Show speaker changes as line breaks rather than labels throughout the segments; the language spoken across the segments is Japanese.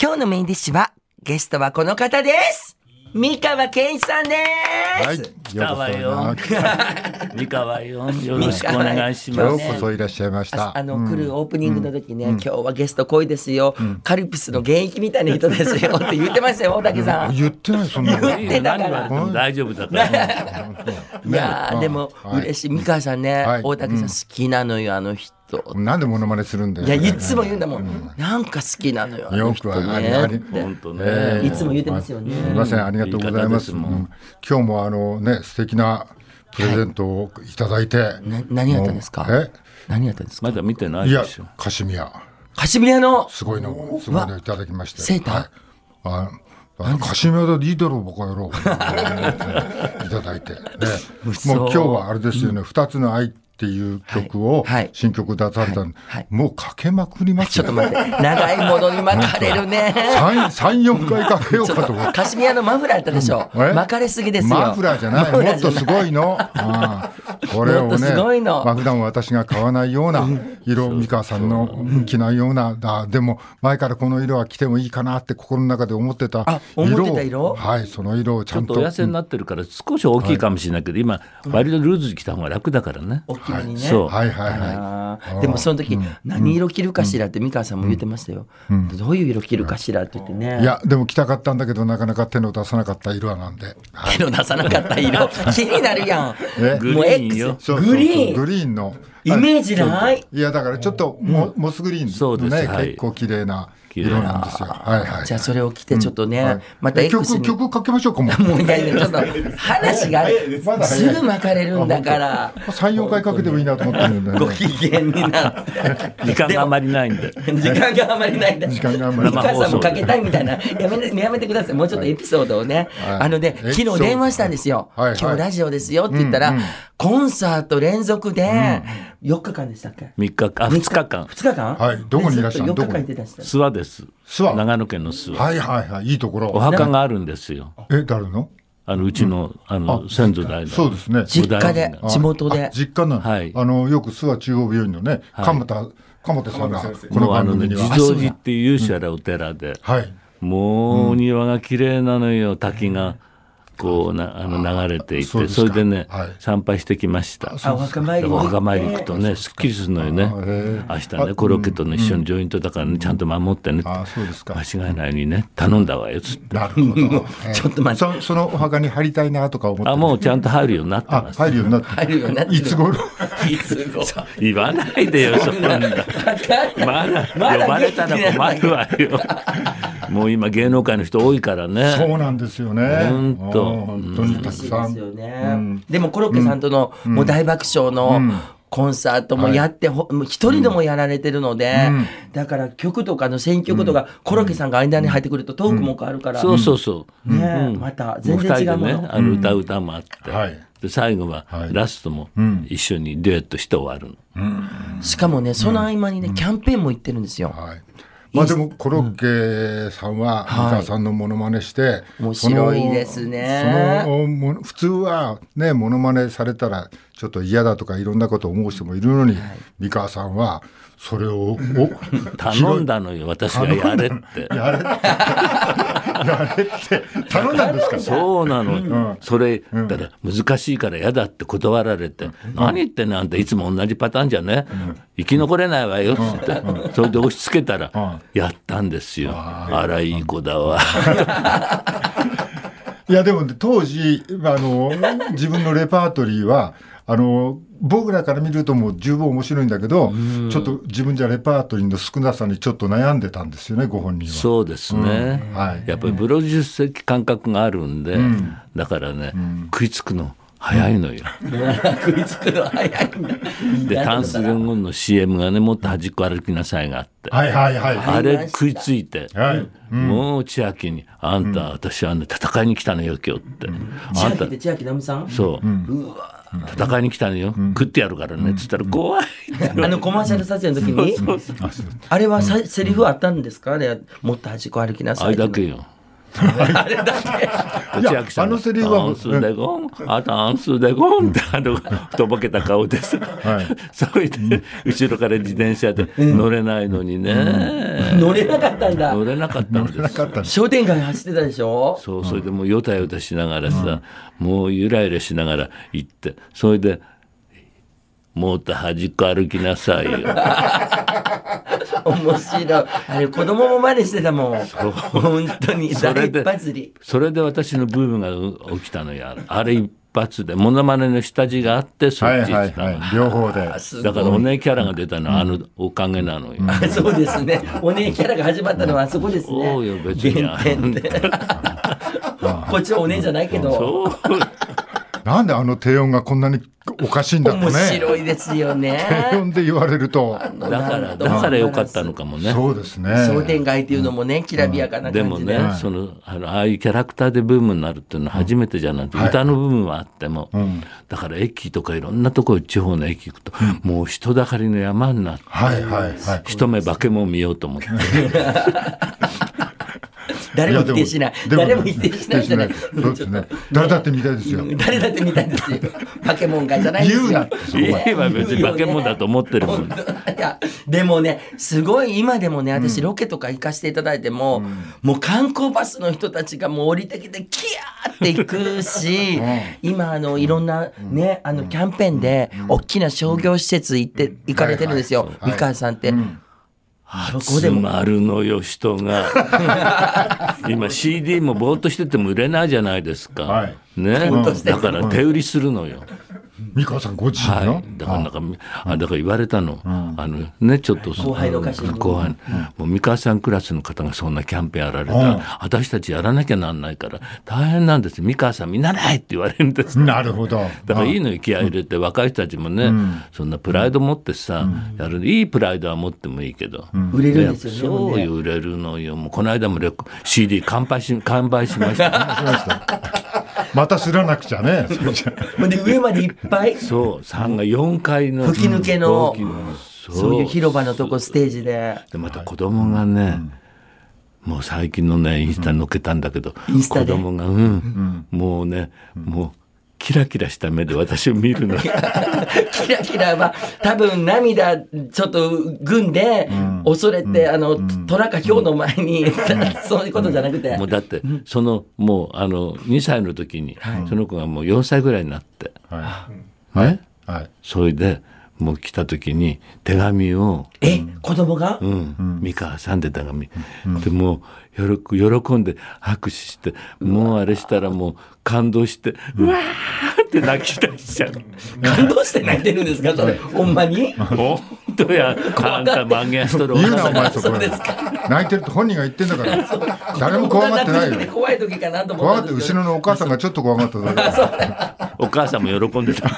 今日のメインディッシュは、ゲストはこの方です三河健一さんです、
はい、よ
来たわよ
うこそな。
三河よ、よろしくお願いし
よ
ま
う
す。
こそいらっしゃいまし
あ
た。
あの、来るオープニングの時ね、今日はゲスト濃いですよ、カルピスの現役みたいな人ですよって言ってましたよ、大竹さん。い
言ってない、そんなの。
い
言っ
いよ
てた
何
から
言われても大丈夫だから。
い
やー、でも、嬉
し
しい。三河さんね、
はい
大竹さん好きなのよ、あの人。
い。なんでモノマネするんだよ。
いや、いつも言うんだもん。なんか好きなのよ。あの
よ
人
くはありあ
ね
り。
本当ね。
ええ
いつも言ってますよね
あすみません、ありがとうございます。うん
言い方ですもん
今日もあのね、素敵なプレゼントをいただいて。
な何やったんですか
もう
何やったんですか
まだ見てな
え、
い
いや
でしょ。、
カシミヤ、
カシミヤの
すごいの、すごいのいただきまして。
セーター
はいああカシミヤだでいいだろう、バカ野郎。いただ いて。ね
嘘
もう今日はあれですよね、二つの愛っていう曲を
はいはい
新曲出されたんで
はいはい、
もうかけまくります
ちょ
よ
っと。待って、長いものに巻かれるね。
三三四回かけよう
ちょっ
かと
と
思って。
カシミヤのマフラーやったでしょ。
え
巻かれすぎですよ。
マフラーじゃない、
マフ
も
ラー
っ
じゃ
と
な
すごいの。ああこれを
もっとすごい
ね、
の
まあ普段私が買わないような色、美川さんの着ないような、あでも前からこの色は着てもいいかなって心の中で思ってた
あ
色
思っ
を、
てた色
はい、その色をち
ち
ゃ
ょ
ん
っと
と。
お痩せになってるから少し大きいかもしれないけど、今割とルーズ着た方が楽だからね。
大きめにね。
そう。
はいはいは
あーでもその時、何色着るかしらって美川さんも言ってましたよ。どういう色着るかしらって言ってね。
い。いや、でも着たかったんだけど、なかなか手の出さなかった色なんで。はい
色出さなかった色。気になるや
え
ん。もう
グリーン
X
よ。
そうそうそう
グリー
グ
ン。
リーンの。
イメージない。
いやだからちょっとモ,、モスグリ
そう
ーンの
です
ね、
はい
結構綺麗な
綺麗
色
な
なんですよ。はいはい。
じゃあそれを着てちょっと
はい
ね、また
え
X
曲
に。
曲かけましょうかもう。
もういやいや ちょっと話がある
まだ早
す
い
ぐ巻かれるんだ から。
三四回かけてもいいなと思ってるんだよ
ご
ね。
機嫌になって。
時間があまりないんで。
時間があまりないんだ。
時間があまり
な
お
い
母さんもかけたいみたいな。やめて、やめてください。もうちょっとエピソードをね。
はい
あのね
エ、ピソード
昨日電話したんですよ。
はいはい
今日ラジオですよって言ったら、
うんうん
コンサート連続で、4日間でしたっけ
3日間、2日間。
2日間
はいどこにいらっしゃる
ずと
ど
4日
こ
間行っ
に
てたんですよ
諏訪です。
諏訪
長野県の諏訪。
はいはいはいいいとこ
お
ろ。
墓があるんですよ。
え誰の？
あのうちのあの先祖代々。
そうですね。
実家で
お、
あ
地元で
あ。実家なの。
はい
あのよく諏訪中央病院のね
い
鎌田鎌田さんがこの
もうあ
番
のね、
組に
地
は。
蔵寺っていう勇者らお寺で、
はい。
もうお庭が綺麗なのよ、滝が。こうなあの流れていて
そう
そ
ですか
れでね、
はい
参拝してきました
あ、お墓参りに
お
行って。
墓参り行くとねすっきりするのよね
へ
明日ねコロッケとね一緒にジョイントだからねちゃんと守ってね
あそうですか。
間違いないようにね頼んだわよつって
なるほど。
ちょっと待
って。そそのお墓に入りたいなとか思って。
あもうちゃんと入るようになって
あ
ます
入るようになって。
入るようになってる
いつ頃？
いつ ご
言わないでよそんなまだ
まだ
呼ばれたら困るわよもう今芸能界の人多いからね
そうなんですよね。
ほんと
うん本当にた
楽
く
しい
さ
で
ん
す。よね。でもコロッケさんとのもう大爆笑のコンサートもやって、ほもう一人でもやられてるので、だから曲とかの選曲とか、コロッケさんが間に入ってくるとトークも変わるから、
そうそうそう。
ね
うん
また全然違うもの
二人でね、あの歌う歌もあって、
はい
で最後は
はい
ラストも一緒にデュエットして終わるの。
しかもね、その合間にね、キャンペーンも行ってるんですよ。
はい。まあでもコロッケさんは美川さんのモノマネして、
面
その
白いですね
そのもの普通はねモノマネされたらちょっと嫌だとかいろんなことを思う人もいるのに、美川さんはそれをお
頼んだのよ、私がやれって。
やれってやれって頼んだんですか。
そうなの、それ、だから難しいから嫌だって断られて、何言ってんのあんたいつも同じパターンじゃね、生き残れないわよっつって、それで押し付けたら、やったんですよ。あら、いい子だわ。
いやでも当時あの自分のレパートリーはあの僕らから見るともう十分面白いんだけど、ちょっと自分じゃレパートリーの少なさにちょっと悩んでたんですよねご本人は。
そうですね、
うんはい
やっぱりプロデュース的感覚があるんで、だからね、食いつくの早いのよ、
食いつくの早いんだ。
でタンス伝言の CM がねもっと端っこ歩きなさいがあって、
はいはいはい。
あ
ありま
れ
した
食いついて、
はい。
もう千秋に「あんた、私はね戦いに来たのよ今日」って、
千
あん
秋
た
って千秋直美さん
そう、
うわ
戦いに来たのよ、食ってやるからね」っつったら「怖い」って、
あのコマーシャル撮影の時にあれはさセリフあったんですかあれもっと端っこ歩きなさ
あ
い
れ
って
だけよ
あれだ
い
け。
や
千秋さん
あのセリフは
タンスでゴン、あ、タンスでゴンって、あの、とぼけた顔でさ、
い
それで、後ろから自転車で乗れないのに ね、
乗れなかったんだ
乗。れなかったんです。
なかったんです
商店街走ってたでしょ
そう、それでもうよたよたしながらさ、もうゆらゆらしながら行って、それで、もっと端っこ歩きなさいよ。
面白い。あれ、子供も真似してたもん。本当に。
それ
大
で
バズり。
それで私のブームが起きたのよ。あれあれ一発で、モノマネの下地があって、そ
は
っ
い
ち
は
行
い
ったの
はい両方で
あすごい
だからお姉キャラが出たのはあのおかげなのよ。
そうですね。お姉キャラが始まったのはあそこですね。
そうよ別に
原点で。こっちはお姉じゃないけど。
そう
なんであの低音がこんなにおかしいんだって
面白
ね
いですよ
低
ね。
音で言われると
だ からだから良かったのかもね。
そうです
商店
ね
街っていうのもね、きらびやかな
で
感
も
じ
ね、
で。
そのあのああいうキャラクターでブームになるっていうのは初めてじゃなくて、歌の部分はあっても、だから駅とかいろんなとこ地方の駅行くと、もう人だかりの山になって、
はいはいはい
一目化けも見ようと 思って。
誰も否定しない。
やで
誰も否定しないじゃない
否。定しないそうですね誰だって見たいですよ
誰だって見たいですよ。バケモン街じゃないですよ。
言うなってそこ
は言えば別にバケモンだと思ってるも ん
本当いや、でもね、すごい今でもね、私ロケとか行かせていただいても、もう観光バスの人たちがもう降りてきて、キヤーって行くし、今、あの、いろんなね、あの、キャンペーンで、大きな商業施設行って、行かれてるんですよ。
は
み
い
かんさんって。そこで
集
も。
まるのよ人が 今 CD もぼーっとしてても売れないじゃないですか、
はい
ね
ぼーっとしてる
だから手売りするのよ、
美川さんご自身
は
の
い、だからなんか、あだから言われたの、あのねちょっと
後輩の歌手に
後輩、もう三河さんクラスの方がそんなキャンペーンやられた
うん
ら私たちやらなきゃなんないから大変なんです三河さん見習えって言われるんです
なるほど
だからいいのに気合い入れて、若い人たちもね、そんなプライド持ってさ、やるいいプライドは持ってもいいけど、
売れるんですよね
やっぱそうよ売れるのよもうこの間もレコ CD 完売し完売しま した、
あそうですまたすらなくちゃねそれじゃ
ほんで、上までいっぱい、
そう3が4階の
吹き抜けの
大きなそう
そういう広場のとこ、ステージで。
でまた子供がね、もう最近のねインスタに載っけたんだけど、
インスタ
子
で
供がうん、もうね、もうキラキラした目で私を見 る の
キラキラは多分涙ちょっとぐんで恐れて、あのトラかヒョウの前に、そういうことじゃなくて、
もうだってそのもうあの2歳の時に、その子がもう4歳ぐらいになって、
は
ね
いはい
それでもう来た時に手紙を
え子供が、
「うん、三河さん」って手紙、でもう喜喜んで拍手してもうあれしたらもう感動して「うわー!」って泣き出しちゃう。
感動して泣いてるんですかそれほんまに
本当や、あんた漫画やしとる
言うなお前
そ
そうこ
ですか
泣いてるって本人が言ってんだから誰も怖がってないよ
怖い時かなと
怖
思
が
っ
ってて後ろのお母さんがちょっと怖がっただけ
お母さんも喜んでた。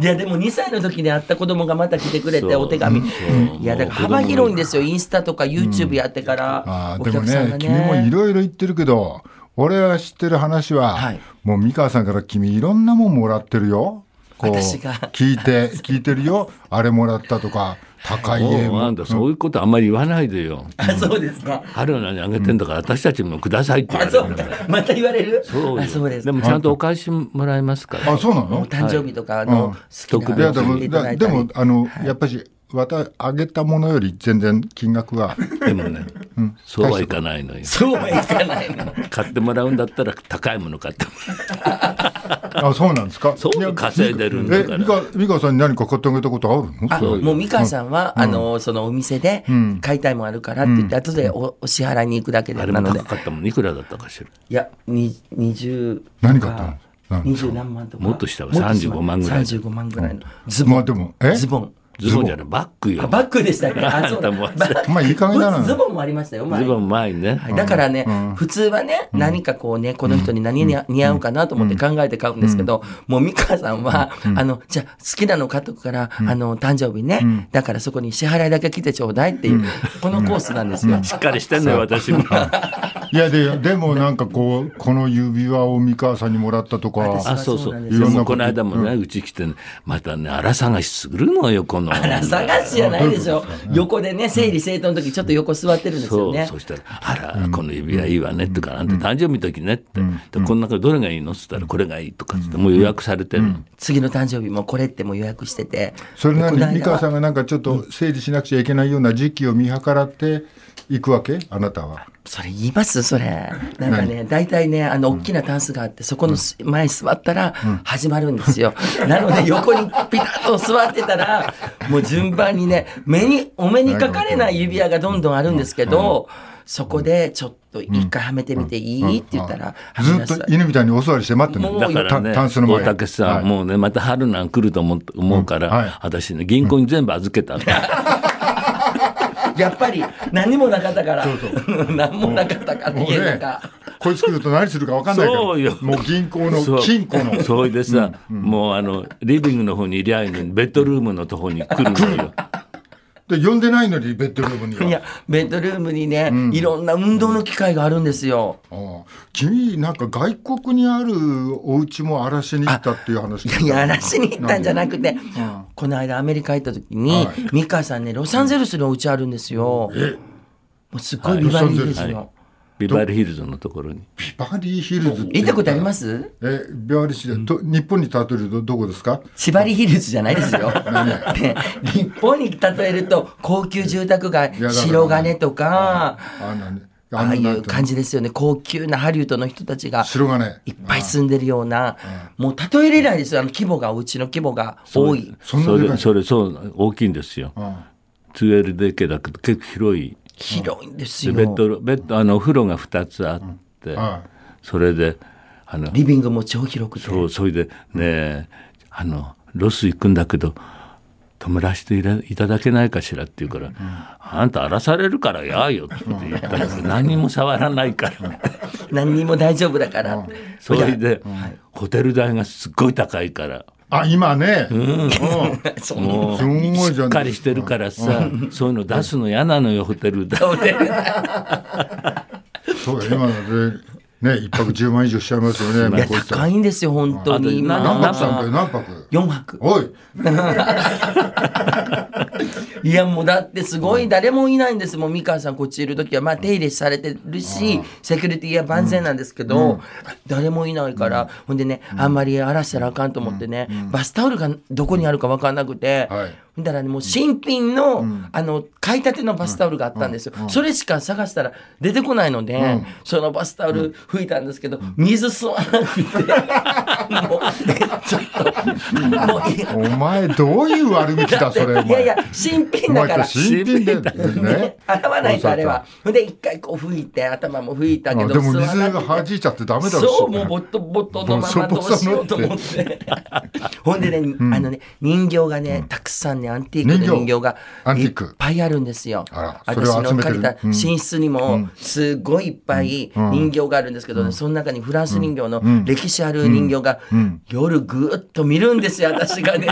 いやでも2歳の時に会った子供がまた来てくれて
そう
お手紙
そう
いやだから幅広いんですよインスタとか YouTube やってから
あー
お
でも
客さんが
ね君もい
ね
ろいろ言ってるけど俺が知ってる話は、
はい
もう美川さんから君いろんなもんもらってるよこう
私が
聞いて聞いてるよあれもらったとか高い家
もうあ
も
んた そういうことあんまり言わないでよ。
あそうですか
春菜にあげてんだから私たちもくださいって言わ
あ
れ
そ
る
うん
だ
か
から。
また言われる
そう
あ
よ
そうです
でもちゃんとお返しもらえますか
あ
ら。
そうなの
お誕生日とかあ
う
の
ん
好きな
特
いやで
別
の
も
をいただ
だ
いた
で
り
もあの、やっぱし私あげたものより全然金額 は
でもね、そうはいかないのよ。
そうはいかないの。
買ってもらうんだったら高いもの買ってもらう。
あそうなんですか
そう
いや
稼いでるんだから
え美川美川さんに何か買ってあげたことあるの
あ
そうよ
もう美川さんは、あのそのお店で買いたいもんあるからって言って、後でおお支払いに行くだけで
あれ
な
も
ので
高かったもん、いくらだったかしら。
いやに20
何買ったの何
二十何万とか
もっとしたわ35万ぐらい
35万ぐらいのズ
ま
ボ
あ
ン
でもえ
ズボン
ズボンじゃない、バッグ
あ
よ。
バッグでしたっけあそう
あんたもう
バッグ
まあいい加減だ な
ズボンもありましたよ前
ズボン前にね。
はいだからね、普通はね、何かこうね、この人に何に似合うかなと思って考えて買うんですけど、もう美川さんは、あの、じゃあ好きなの買っとくから、あの、誕生日ね、だからそこに支払いだけ来てちょうだいっていう、このコースなんですよ。
しっかりしてんのよ、私も。
いやででもなんかこうこの指輪を美川さんにもらったとか
あそうそういろんなこの間もねうち来て、ね、またね荒探しするのよこの
荒探しじゃないでしょ横でね整理整頓の時ちょっと横座ってるんですよね
そうそしたら「あらこの指輪いいわね」とか「あんた誕生日の時ね」って「この中どれがいいの?」っつったら「これがいい」とかってもう予約されてる
次の誕生日もこれっても予約してて
それなのに美川さんがなんかちょっと整理しなくちゃいけないような時期を見計らっていくわけあなたは
それ言いますそれなんかね大体ねあの大きなタンスがあってそこの前座ったら始まるんです よ、なので横にピタッと座ってたらもう順番にね目にお目にかかれない指輪がどんどんあるんですけど、そこでちょっと一回はめてみていいって言ったら、
ずっと犬みたいにお座りして待ってる
だからね大竹さん、もうねまた春なん来ると思思うから、私ね銀行に全部預けた、
やっぱり何もなかったから。そうそう何もなかったから、家の中。
こいつ来ると何するか分かんないから。そうよ。もう銀行の金庫の。
そうでさ、うんうん、もうあの、リビングの方にいりゃいいのに、ベッドルームのとこに来るのよ。
で呼んでないのにベッドルームにはい
やベッドルームにね、うん、いろんな運動の機会があるんですよ、
うん、ああ君なんか外国にあるお家も荒らしに行ったっていう話
いや荒らしに行ったんじゃなくて、うん、この間アメリカ行った時に、はい、美香さんねロサンゼルスのお家あるんですよ、えもうすっごいビバリーですよ、はい
ビバリーヒルズのところに。
ビバリーヒルズ
行ったことあります
え、ビバリーヒルズ、う日本に例えるとどこですか
ビバリーヒルズじゃないですよ。ね、日本に例えると高級住宅街、白金とか、ああいう感じですよね。高級なハリウッドの人たちが、
白金。
いっぱい住んでるような、もう例えれないですよ。あの規模が、お家の規模が多い。
それ、それ、そう、大きいんですよ。2LDK だけど結構広い。
広いんですよ。
ベッド、ベッド、あの、お風呂が2つあって、それで、あの、
リビングも超広くて。
そう、それで、ねあの、ロス行くんだけど、泊まらせていただけないかしらって言うから、あんた荒らされるからやよって言ったら、何も触ら ないから。
何にも大丈夫だから。
それで、ホテル代がすっごい高いから。、
あ今ね、うん
すごいしっかりしてるからさ、そういうの出すの嫌なのよ、ホテルだ。
そう今でね、一泊10万以上しちゃいますよね。
高いんですよ、本当に。
何泊したんだよ、何泊。
4泊。
おい。
いや、もうだってすごい、誰もいないんですもん、美川さんこっちいる時は、まあ手入れされてるし、セキュリティは万全なんですけど、誰もいないから、ほんでね、あんまり荒らしたらあかんと思ってね、バスタオルがどこにあるか分かんなくて、ほんだらね、もう新品の、あの、買いたてのバスタオルがあったんですよ。それしか探したら出てこないので、そのバスタオル、吹いたんですけど、水吸わなく て、もう、ちょ
っと、お前、どういう悪口だ、それ。
いやいや、新品だから。
新品で、 ね。
洗わないと、あれは。ほんで、一回こう吹いて、頭も吹いたけど、
でも水が弾いちゃってダメだろ
そう、もう、ボットボットのままどうしようと思って。ほんでね、あのね、人形がね、たくさんね、アンティークの人形が、いっぱいあるんですよ。私の借りた寝室にも、すごいいっぱい人形があるんですけどね、その中にフランス人形の歴史ある人形が、夜ぐっと見るんですよ、私 がね。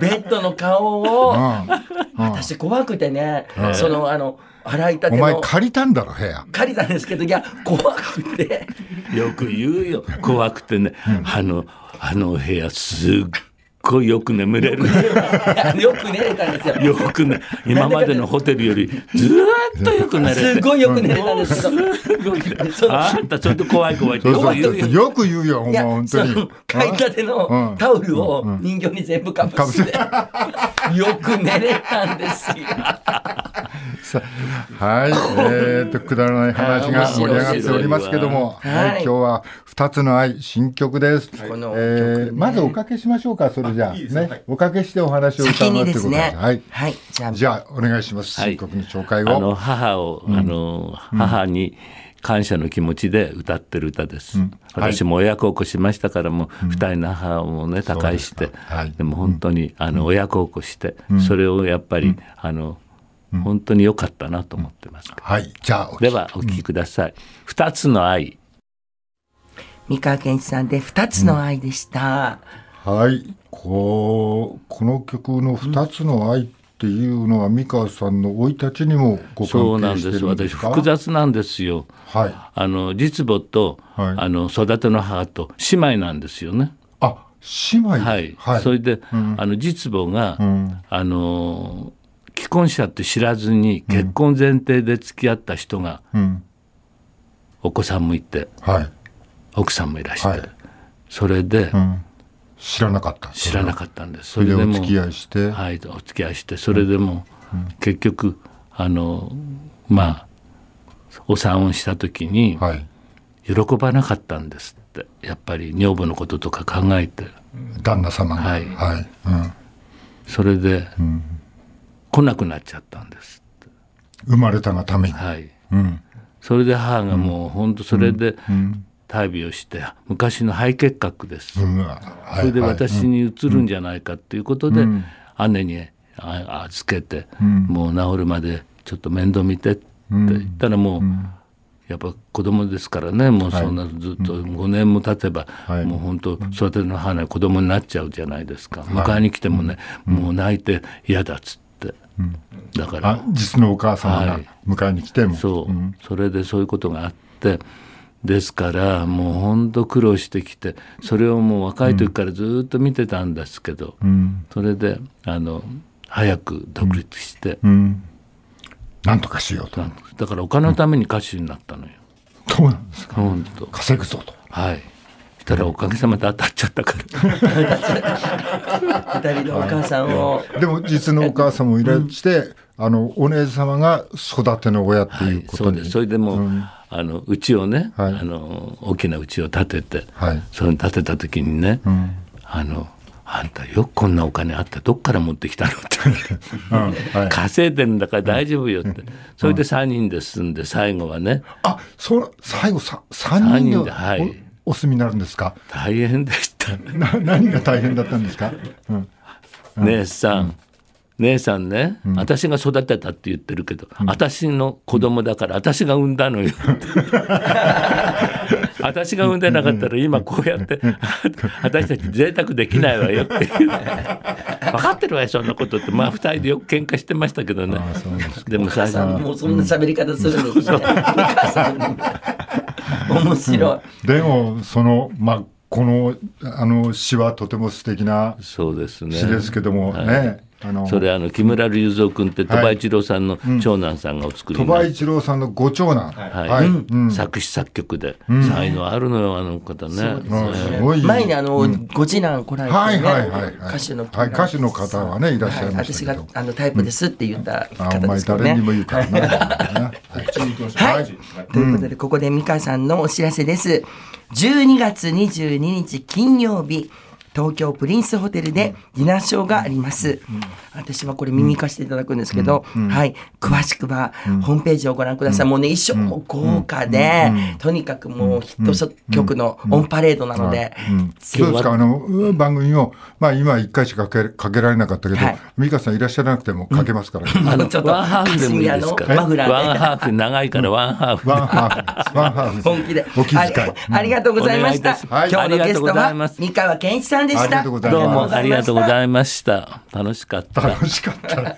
ベッドの顔を。私怖くてね、その、あの、洗いたての。
お前借りたんだろ、部屋。
借りたんですけど、いや、怖くて。
よく言うよ、怖くてね。あの、あの部屋、すっごいよく眠れる。
よく寝れたんですよ。
よくね、今までのホテルよりずっとよく寝れ
て。すごいよく寝れたんですけ
ど。あんたちょっと怖い怖いって
よく言うよ、お前本当に。
買いたてのタオルを人形に全部かぶせて。 よく寝れたんですよ。
はい、えー、とくだらない話が盛り上がっておりますけども、はい、今日は二つの愛新曲です。はえまずおかけしましょうか、それじゃね、おかけしてお話を伺うということで、はい、はい、じゃお願いします。新曲の紹介を。
あの母を、あの母に。感謝の気持ちで歌ってる歌です。私も親孝行しましたからもう二人の母をね他界して、でも本当にあの親孝行して、それをやっぱりあの本当に良かったなと思ってます、
はい、じゃあ
ではお聞きください「二、うん、つの愛」
三河健一さんで「二つの愛」でした、
うん、はいここの曲の「二つの愛」っっていうのは美川さんの生い立ちにもご関係して
そうなんです私複雑なんですよ、
はい、
あの実母と、
はい
あの育ての母と姉妹なんですよね
あ姉妹
は、
はいはい、
それで、
うん
あの実母が、
うん
あの既婚者って知らずに結婚前提で付き合った人が、
うん
お子さんもいて
はい
奥さんもいらして、
はい
それで
うん、知らなかった
知らなかったんです、
それ
そ
で
れ
お
で
付き合いして、
はい、お付き合いしてそれでも、結局あのまあお産をした時に
はい、
喜ばなかったんですってやっぱり女房のこととか考えて
旦那様が
はい
はい
それで、来なくなっちゃったんですって
うん、生まれたがために、
はい
うん
それで母がもう本当それで大病して昔の肺結核です、
うんはい、
それで
はい
私にうつるんじゃないかということで、
うん
姉にあ預けて、
うん
もう治るまでちょっと面倒見てって言ったらもう、やっぱ子供ですからねもうそんなずっと5年も経てば、
はい
もう本当育ての母の子供になっちゃうじゃないですか、迎えに来てもね、もう泣いて嫌だっつって、だから
あ実のお母様
は
が
い
迎えに来ても、
そう、それでそういうことがあってですからもうほんと苦労してきてそれをもう若い時からずっと見てたんですけど、
うん
それであの早く独立して、
うん、なんとかしようと、
なんですだからお金のために歌手になったのよ、
どうなんですか
ほんと
稼ぐぞと
はいしたらおかげさまで当たっちゃったから
二人のお母さんを。
でも実のお母様もいらして、あのお姉様が育ての親って
はい
いうこ
そ
と
う
に、
ですそれでもう、あの家をね、
はい
あの大きな家を建てて、
はい
それ建てた時にね、あのあんたよくこんなお金あったどっから持ってきたのって
うんはい、
稼いでるんだから大丈夫よって、それで3人で住んで最後はね
あそう最後さ3人で
三人ではい
おお住みになるんですか
大変でした、
な何が大変だったんですか、うん、
姉さん、姉さんね、私が育てたって言ってるけど、私の子供だから私が産んだのよ私が産んでなかったら今こうやって私たち贅沢できないわよっていう分かってるわよそんなことってまあ2人でよく喧嘩してましたけどね
そうです
でも最初
さもうそんな喋り方するんですね。お母さん。面白い。
でもそのまあこのあの詩はとても素敵な
そうですね
詩ですけどもね、あの
それあの木村隆三君って鳥羽一郎さんの長男さんがお作り
鳥
にな
羽
っ
一郎さんのご長男
はい
はい
うん
うん
作詞作曲で才能あるのよあの方ね。
うんすごい
前にあの、ご次男来られて、ね
はいはいはいはい
歌手の、
はい歌手の方はねいらっしゃいました
私
けど
があのタイプですって言った
ああ
方
んま
で
り
すけど
誰
ね
に。も言うからな、はい
はい。ということで、ここで美香さんのお知らせです。12月22日金曜日、東京プリンスホテルでディナーショーがあります。私はこれ耳に貸していただくんですけど、はい。詳しくは、ホームページをご覧ください。もうね、衣装も豪華で、とにかくもうヒット曲のオンパレードなので、
うんそうですかあのうん番組を、まあ、今1回しかかけかけられなかったけど、
はい
美香さんいらっしゃらなくてもかけますから、
あ
も
の
うちょっと
ワンハーフでもいいです
カシミヤの
か。
マフラーで
ワンハーフ長いからワンハー フ。
ワンハーフワンハーフ
本気で。
お気遣い
あありがとうございました。
お
願いいたします
今日のゲスト
はいありがとうござ
はい
ます、
三河健一さんでした。
ありがとうございます
どうもありがとうございました。楽しかった。
楽しかった。